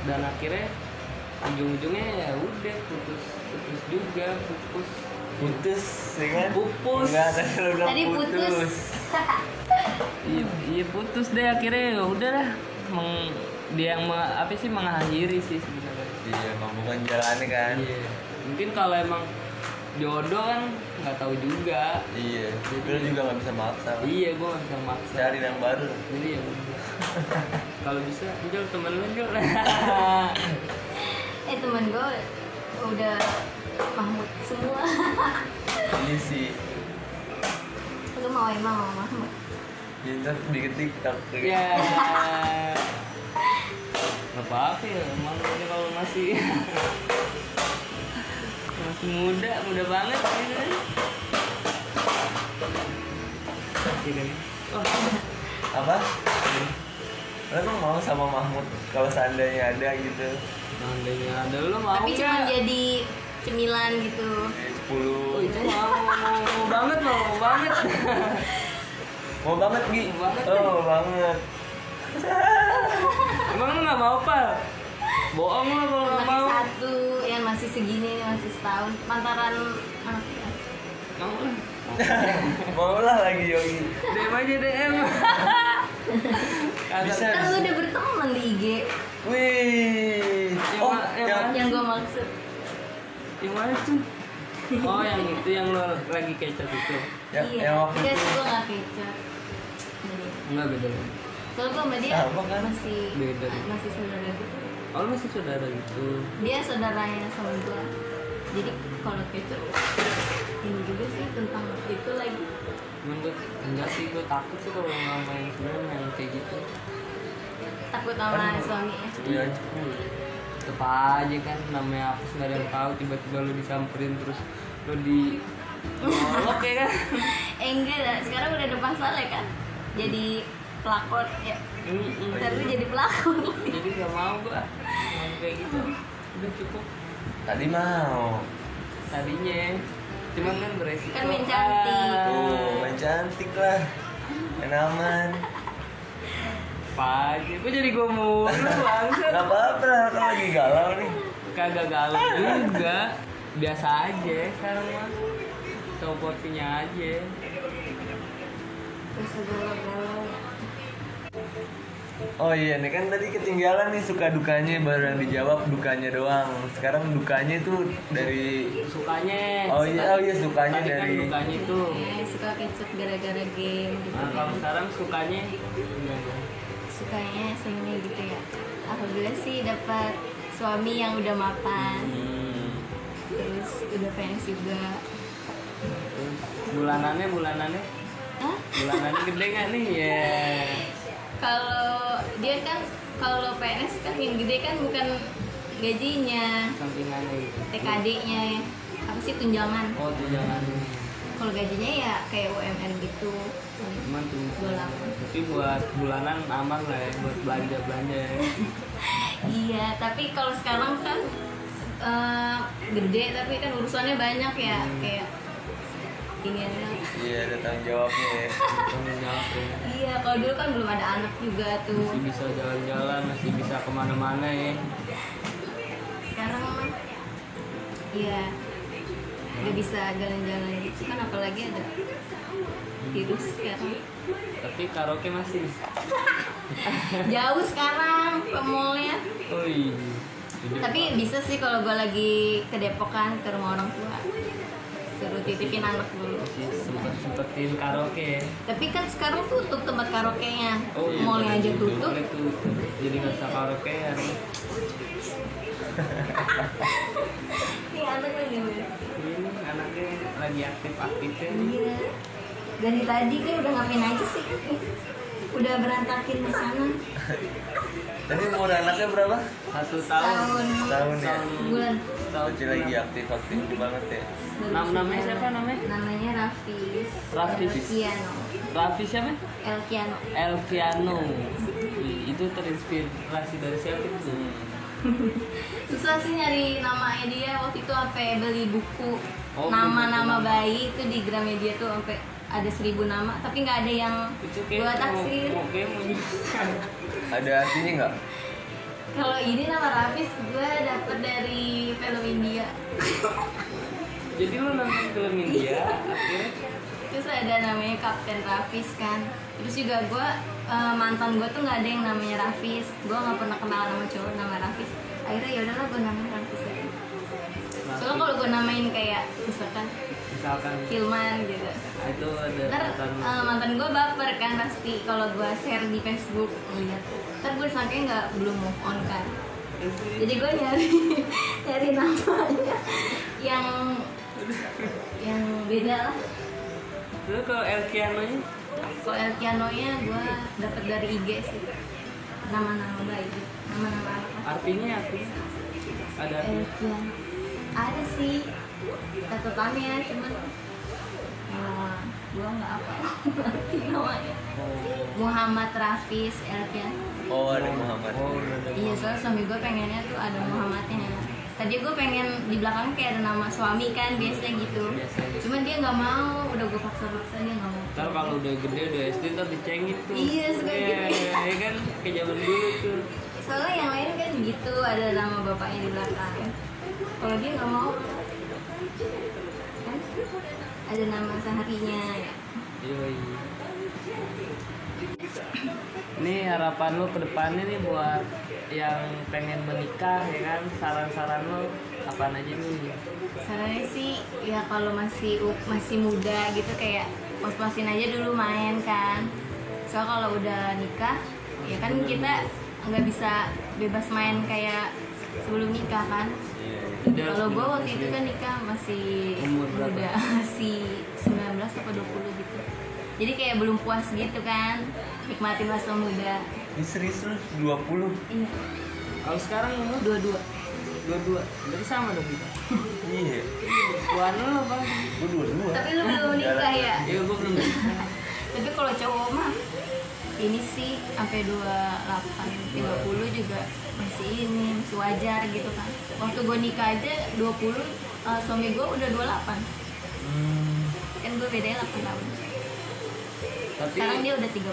dan akhirnya ujung-ujungnya ya udah putus putus juga putus putus, ya kan? Pupus. Enggak, tadi lo bilang tadi putus Iya, iya putus deh akhirnya ya udah lah. Meng, dia yang me- apa sih mengakhiri sih sebenarnya. Iya, emang bukan jalannya kan? Iya. Mungkin kalau emang jodoh kan nggak tahu juga. Iya, tapi lo juga nggak bisa maksa. kan? Iya, gua nggak bisa maksa. Cari yang baru. Jadi ya udah. kalau bisa, jual temen lu jual. eh temen gue udah Mahmud semua [laughs] Iya sih, lu mau emang mau Mahmud ya, ntar dikit tiktok. ya. Gak apa-apa ya, malu aja kalau masih [laughs] masih muda, muda banget gitu kan. Gitu nih. Oh, Apa? Lo tuh mau sama Mahmud kalau seandainya ada gitu Seandainya ada lu mau tapi cuma nggak? jadi cemilan gitu Jadi Oh, 10 itu mau, mau, mau, mau banget, mau, mau banget. [laughs] Mau banget Gi? Mau banget, Oh, mau banget Emang lu nggak mau pal? Bohong lu kalau nggak mau. masih satu yang masih segini masih setahun pantaran anak ya. Mau lah. Mau lah lagi Yogi DM aja DM. [laughs] Kagak. Bisa. kan lu udah berteman di IG Wih Yang Oh, ma- yang yang mana? yang gue maksud Yang mana tuh? Oh yang itu yang lo lagi kecap itu. yang, iya Ya, yang waktu guys itu gue nggak kecap Ini. Enggak beda lagi. soalnya gue sama dia Sama kan? masih Beda. masih saudara gitu Oh lu masih saudara gitu. dia saudaranya sama gue jadi kalau kecap ini juga sih tentang itulah cuman gue enggak sih gue takut sih kalau ngamain film yang kayak gitu takut sama Kan- suami ya Iya. Hmm. tetep aja kan namanya apa sih nggak ada yang tahu tiba-tiba lo disamperin terus lo [laughs] di ngolok ya kan eh enggak lah, sekarang udah ada pasalnya kan jadi pelakon ya Oh, Mm-mm. ntar iya. lu jadi pelakon Oh, iya. jadi nggak mau gue kayak gitu udah cukup Tadi mau. tadinya cuman kan beresiko Ah, Kan main cantik. Tuh, Oh, main cantik lah. Main aman. apa aja gue jadi gue mulu Gak bangsat apa-apa lah, kan lagi galau nih. kagak galau juga biasa aja sekarang mah tahu porsinya aja terus galau Oh iya nih kan tadi ketinggalan nih suka dukanya baru yang dijawab dukanya doang. Sekarang dukanya tuh dari sukanya Oh iya, oh iya, sukanya Tadi kan dari- dukanya itu ya suka kecut gara-gara game Ah, gitu nah, kan kalau sekarang sukanya sukanya seni gitu ya alhamdulillah sih dapat suami yang udah mapan hmm. terus udah fans juga terus bulanannya bulanannya Hah? bulanannya gede nggak nih ya kalau dia kan kalau PNS kan yang gede kan bukan gajinya sampingannya gitu TKD-nya ya apa sih tunjangan oh tuh jangan kalau gajinya ya kayak UMR gitu cuman tuh Bulan. tapi buat bulanan aman lah ya buat belanja belanja ya. iya tapi kalau sekarang kan eh, gede tapi kan urusannya banyak ya kayak iya Iya, ada tanggung jawabnya ya. tanggung jawab ya. iya kalau dulu kan belum ada anak juga tuh masih bisa jalan-jalan masih bisa kemana-mana ya sekarang mah, iya nggak bisa jalan-jalan gitu kan apalagi ada virus sekarang tapi karaoke masih jauh sekarang ke mallnya oi tapi bisa sih kalau gue lagi ke Depokan ke rumah orang tua suruh titipin anak dulu sempat sempetin karaoke ya tapi kan sekarang tutup tempat karaoke-nya iya, Oh, mallnya aja tutup Mallnya tutup. jadi nggak usah karaoke ya ini anak lagi main. ini anaknya lagi aktif ya. aktifnya Iya. dari tadi kan udah ngapain aja sih udah berantakin di sana Tadi umur anaknya berapa? satu tahun tahun Tahun ya. bulan tahun Kecil lagi ya. aktif-aktif banget ya. Nam- namanya siapa namanya? namanya Rafis Rafis. Elkiano Raffi siapa Elkiano Elviano Ih, itu terinspirasi dari siapa itu susah sih nyari namanya dia waktu itu sampai beli buku Oh, nama-nama buku. bayi itu di Gramedia tuh sampai ada seribu nama tapi nggak ada yang itu gua kayak mau taksir mau kayak mau nyusah. Ada artinya nggak? kalau ini nama Rafis gue dapet dari film India jadi lu nonton film India akhirnya terus ada namanya Kapten Rafis kan terus juga gue eh, mantan gue tuh nggak ada yang namanya Rafis gue nggak pernah kenal nama cowok nama Rafis akhirnya ya udahlah gue namain Rafis aja soalnya kalau gue namain kayak misalkan misalkan Hilman gitu itu ada ntar mantan eh, mantan gue baper kan pasti kalau gue share di Facebook ngeliat ntar gue saking nggak belum move on kan jadi gue nyari [laughs] nyari namanya yang yang beda lah lu kalau Elkiano nya kalau Elkiano nya gue dapet dari IG sih nama-nama baik nama-nama apa artinya artinya ada artinya. Eh. Elkiano ada sih catatannya cuman eh, gue nggak apa [laughs] ngerti namanya Oh. Muhammad Rafis Elkiano Oh, ada Muhammad. Oh, ada Muhammad. Iya soalnya suami gue pengennya tuh ada Muhammadnya Tadi gue pengen di belakang kayak ada nama suami kan biasanya gitu Biasanya. Cuman dia nggak mau, udah gue paksa-paksa dia nggak mau Ntar kalau udah gede udah SD ntar dicengit tuh. Iya, suka Iya, gitu. Iya kan ke zaman dulu tuh. Soalnya yang lain kan gitu, ada nama bapaknya di belakang Kalau dia nggak mau kan ada nama seharinya ya Yoi. Nih harapan lo ke depannya nih buat yang pengen menikah ya kan saran-saran lo apa aja nih Sarannya sih ya kalau masih u- masih muda gitu kayak pas-pasin aja dulu main kan. Soalnya kalau udah nikah ya kan kita nggak bisa bebas main kayak sebelum nikah kan. Iya. Jadi harus Kalau gue bener-bener waktu itu sih. kan nikah masih Umur berapa? muda, masih 19 atau 20 gitu. jadi kayak belum puas gitu kan nikmatin masa muda Ini serius lu 20 iya Kalau sekarang umur dua dua dua-dua, berarti sama dong kita. Iya Buan lo bang? Gue 22 tapi lu belum nikah ya Iya gue belum. tapi kalau cowok mah ini sih sampai 28 30 juga masih ini masih wajar gitu kan waktu gue nikah aja 20 eh, suami gue udah 28 Hmm, kan gue bedanya 8 tahun Tapi sekarang dia udah 31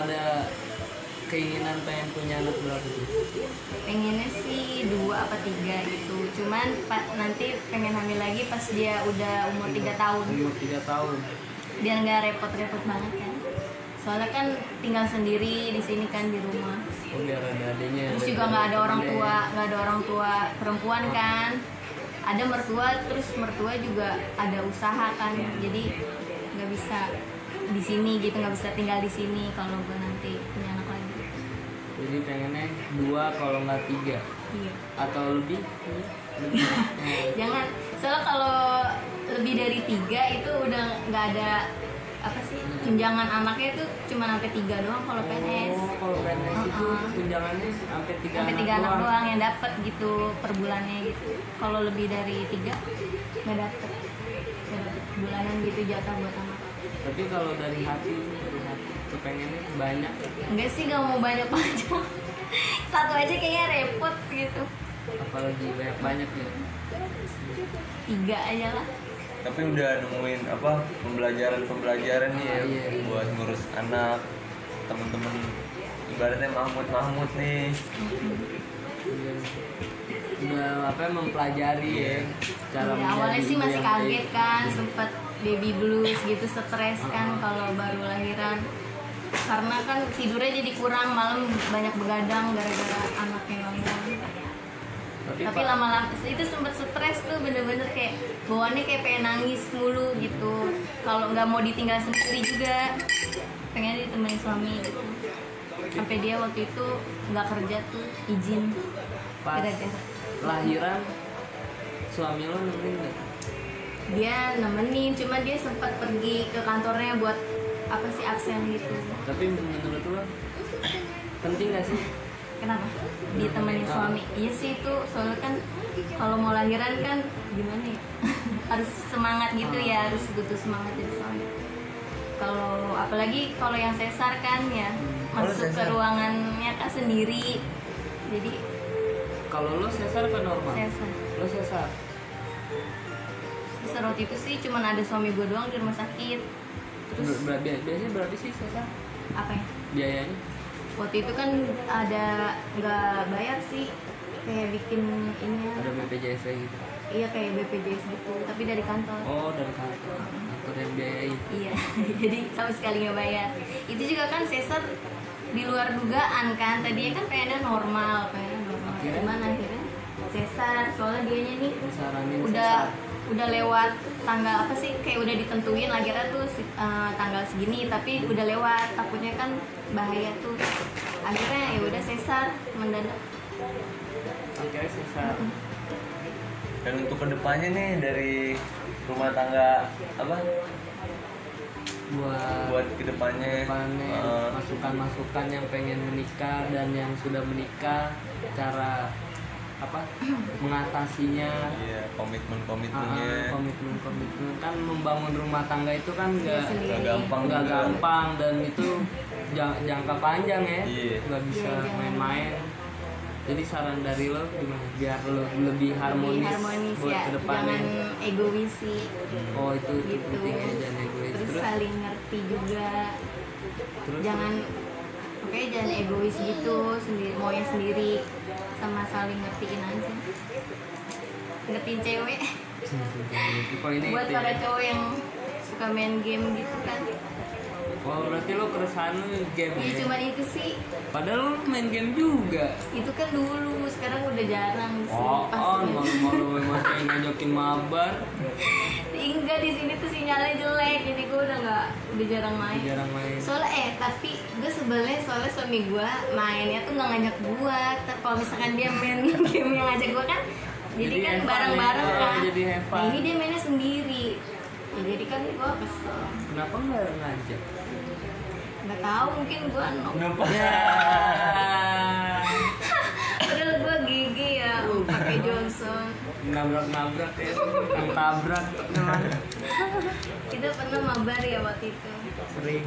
ada keinginan pengen punya anak berapa tuh? pengennya sih dua apa tiga gitu cuman pa- nanti pengen hamil lagi pas dia udah umur 3 tahun Umur tiga tahun. biar nggak repot-repot banget kan soalnya kan tinggal sendiri di sini kan di rumah Oh biar ada adanya. terus juga nggak ada orang tua nggak ada orang tua perempuan kan ada mertua terus mertua juga ada usaha kan jadi nggak bisa di sini gitu nggak bisa tinggal di sini kalau gue nanti punya anak lagi Jadi pengennya dua kalau nggak tiga iya atau lebih? Lebih. Eh, jangan soalnya kalau lebih dari tiga itu udah nggak ada apa sih tunjangan anaknya itu cuma sampai tiga doang kalau PNS Oh, kalau PNS itu Uh-uh. tunjangannya sampai tiga sampai anak tiga anak doang. doang yang dapat gitu per bulannya gitu kalau lebih dari tiga nggak dapat bulanan gitu jatah buat anak Tapi kalau dari hati, dari hati kepengennya banyak. enggak sih nggak mau banyak banyak [laughs] satu aja kayaknya repot gitu apalagi banyak banyak ya tiga aja lah Tapi udah nemuin apa pembelajaran-pembelajaran nih ya Iya. buat ngurus anak temen-temen ibaratnya Mahmud-Mahmud nih Iya. udah apa mempelajari ya cara Ya, awalnya menjadi sih ibu masih yang gitu. kaget baik. Iya. kan sempet baby blues gitu stres Ah. kan kalau baru lahiran karena kan tidurnya jadi kurang malam banyak begadang gara-gara anaknya bangun tapi, tapi Iya, Pak, lama-lama itu sempet stres tuh bener-bener kayak bawaannya kayak pengen nangis mulu gitu kalau nggak mau ditinggal sendiri juga pengen ditemenin suami gitu sampai dia waktu itu nggak kerja tuh izin pas Kira-kira. lahiran suami lo nemenin nggak dia nemenin cuman dia sempat pergi ke kantornya buat apa sih absen gitu tapi menurut lo penting gak sih kenapa ditemenin suami iya sih itu soalnya kan kalau mau lahiran kan gimana ya [laughs] harus semangat gitu Hmm. ya harus butuh semangat dari suami kalau apalagi kalau yang sesar kan ya Hmm. Kalau masuk ke sesar. ruangannya kan sendiri jadi kalau lo sesar apa normal sesar lo sesar sesar waktu itu sih cuman ada suami gue doang di rumah sakit Ber- ber- bi- biasanya berapa sih sesar apa ya biayanya waktu itu kan ada nggak bayar sih kayak bikin ini ya. ada BPJS -nya gitu iya kayak BPJS gitu tapi dari kantor oh dari kantor kantor yang biayain Iya, [laughs] jadi sama sekali nggak bayar. Itu juga kan sesar di luar dugaan kan. Tadinya kan pengennya normal, pengennya normal. Akhirnya? Cuman akhirnya sesar soalnya dianya nih saranin udah udah lewat tanggal apa sih kayak udah ditentuin akhirnya tuh si- eh, tanggal segini tapi udah lewat takutnya kan bahaya tuh akhirnya ya udah sesar mendadak sesar akhirnya sesar Dan untuk kedepannya nih dari rumah tangga apa buat buat kedepannya panen eh, masukan-masukan yang pengen menikah dan yang sudah menikah cara apa mengatasinya Iya, komitmen-komitmennya. ah, komitmen komitmen kan membangun rumah tangga itu kan Dia nggak Gak sendiri. gampang nggak juga. gampang dan itu ja- jangka panjang ya Iya. nggak bisa Iya, jangan. main-main jadi saran dari lo gimana biar lo lebih Lebih harmonis, harmonis buat ya kedepannya jangan egois sih oh itu itu gitu penting ya jangan egois terus terus saling ngerti juga terus jangan oke jangan egois gitu sendiri maunya sendiri sama saling ngertiin aja ngertiin cewek poinnya buat itu ya. para cowok yang suka main game gitu kan Oh berarti lo keresahan lo game ya ya? cuman itu sih Padahal lo main game juga itu kan dulu sekarang udah jarang sih Oh, pas oh malu-malu masih ngajakin mabar enggak di sini tuh sinyalnya jelek jadi gue udah nggak udah jarang main Jarang main soalnya eh tapi gue sebelnya soalnya suami gue mainnya tuh nggak ngajak gue tapi kalau misalkan dia main [laughs] game yang ngajak gue kan jadi, Jadi kan have fun bareng-bareng ya. kan Jadi have fun. nah, ini dia mainnya sendiri ya sendiri kan gue kesel Kenapa nggak ngajak? nggak tahu mungkin gue no. Kenapa? Ya. padahal gue gigi ya pakai Johnson [laughs] Nabrak-nabrak ya, nabrak memang kita pernah mabar ya waktu itu sering.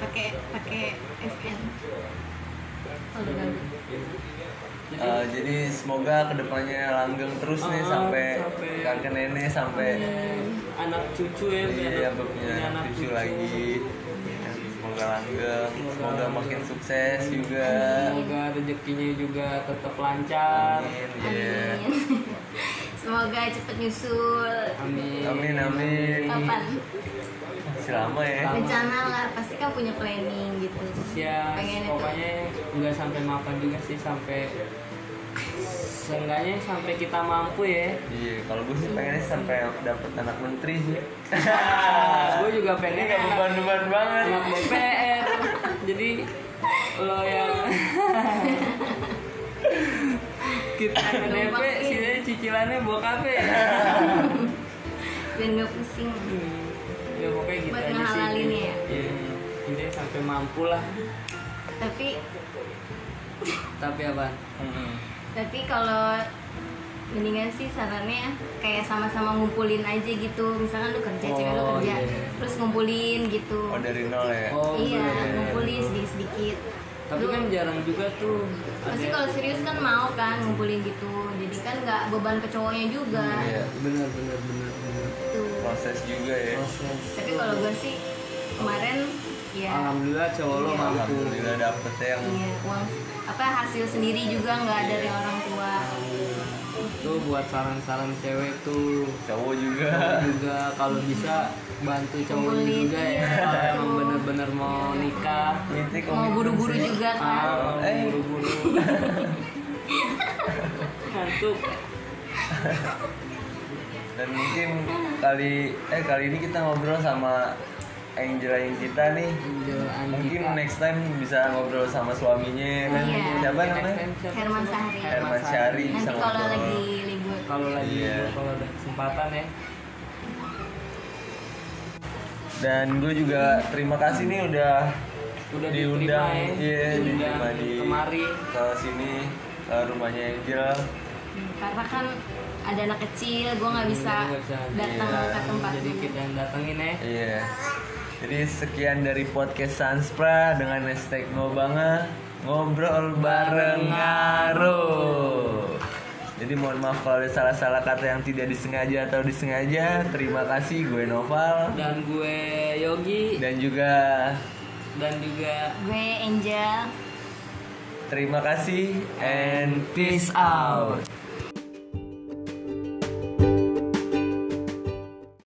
pakai pakai FN kalau gabut Eh, jadi semoga kedepannya langgeng terus nih Ah, sampai sampai- kakek nenek sampai anak cucu ya, iya anak- punya punya cucu lagi. Iya, Semoga langgeng, semoga makin sukses juga. Semoga rezekinya juga tetap lancar. Amin. iya. amin [laughs] semoga cepet nyusul Amin. Amin, amin. kapan Selama ya. Selama. rencana lah pasti kan punya planning gitu Ya, pengen itu pokoknya nggak sampai mapan juga sih sampai seenggaknya sampai kita mampu ya. Iya, kalau gue sih pengennya sampai dapet anak menteri sih. [laughs] gue juga Ini pengen gak beban-beban banget. anak DPR. Jadi lo yang kita anak DP sini cicilannya bawa kafe. biar nggak pusing ya pokoknya gitu Buat aja sih. ngehalalin ya? Iya, intinya sampai mampu lah. tapi Tapi apa? Mm-mm. Hmm. tapi kalau mendingan sih sarannya kayak sama-sama ngumpulin aja gitu misalkan lu kerja Oh, cewek lu kerja iya. terus ngumpulin gitu Oh dari nol ya. Oh, iya boleh. ngumpulin sedikit-sedikit Tapi Lu- kan jarang juga tuh. pasti ada- kalau serius kan mau kan ngumpulin gitu jadi kan nggak beban ke cowoknya juga Iya. bener bener bener bener gitu Proses juga ya. proses tapi kalau gue sih kemarin ya alhamdulillah cowok lo Iya. mampu Alhamdulillah dapet ya, yang iya uang apa hasil sendiri juga nggak dari orang tua itu buat saran-saran cewek tuh cowok juga. juga kalau bisa bantu cowok Kumpulin, juga ya iya, kalau betul. emang bener-bener mau nikah Ini mau komitmen buru-buru sih. juga kan ah Eh. buru-buru ngantuk Dan mungkin kali eh kali ini kita ngobrol sama Angela yang kita nih. Angel Mungkin Iya, Andika. next time bisa ngobrol sama suaminya kan. Siapa Iya. Next namanya? time siapa? Herman Sahri. Herman Syahri nanti bisa kalau ngobrol. lagi libur kalau lagi Iya. kalau ada kesempatan ya Dan gue juga terima kasih nih udah udah diundang, diterima ya iya Diundang diterima di kemari ke sini ke rumahnya Angel. Hmm, karena kan ada anak kecil gue nggak bisa Nggak bisa, datang iya. ke tempat jadi kita yang datengin ya Iya. Jadi sekian dari podcast Sanspra dengan hashtag ngobanga ngobrol bareng ngaruh. Jadi mohon maaf kalau ada salah-salah kata yang tidak disengaja atau disengaja. Terima kasih gue Noval dan gue Yogi dan juga dan juga gue Angel terima kasih and peace out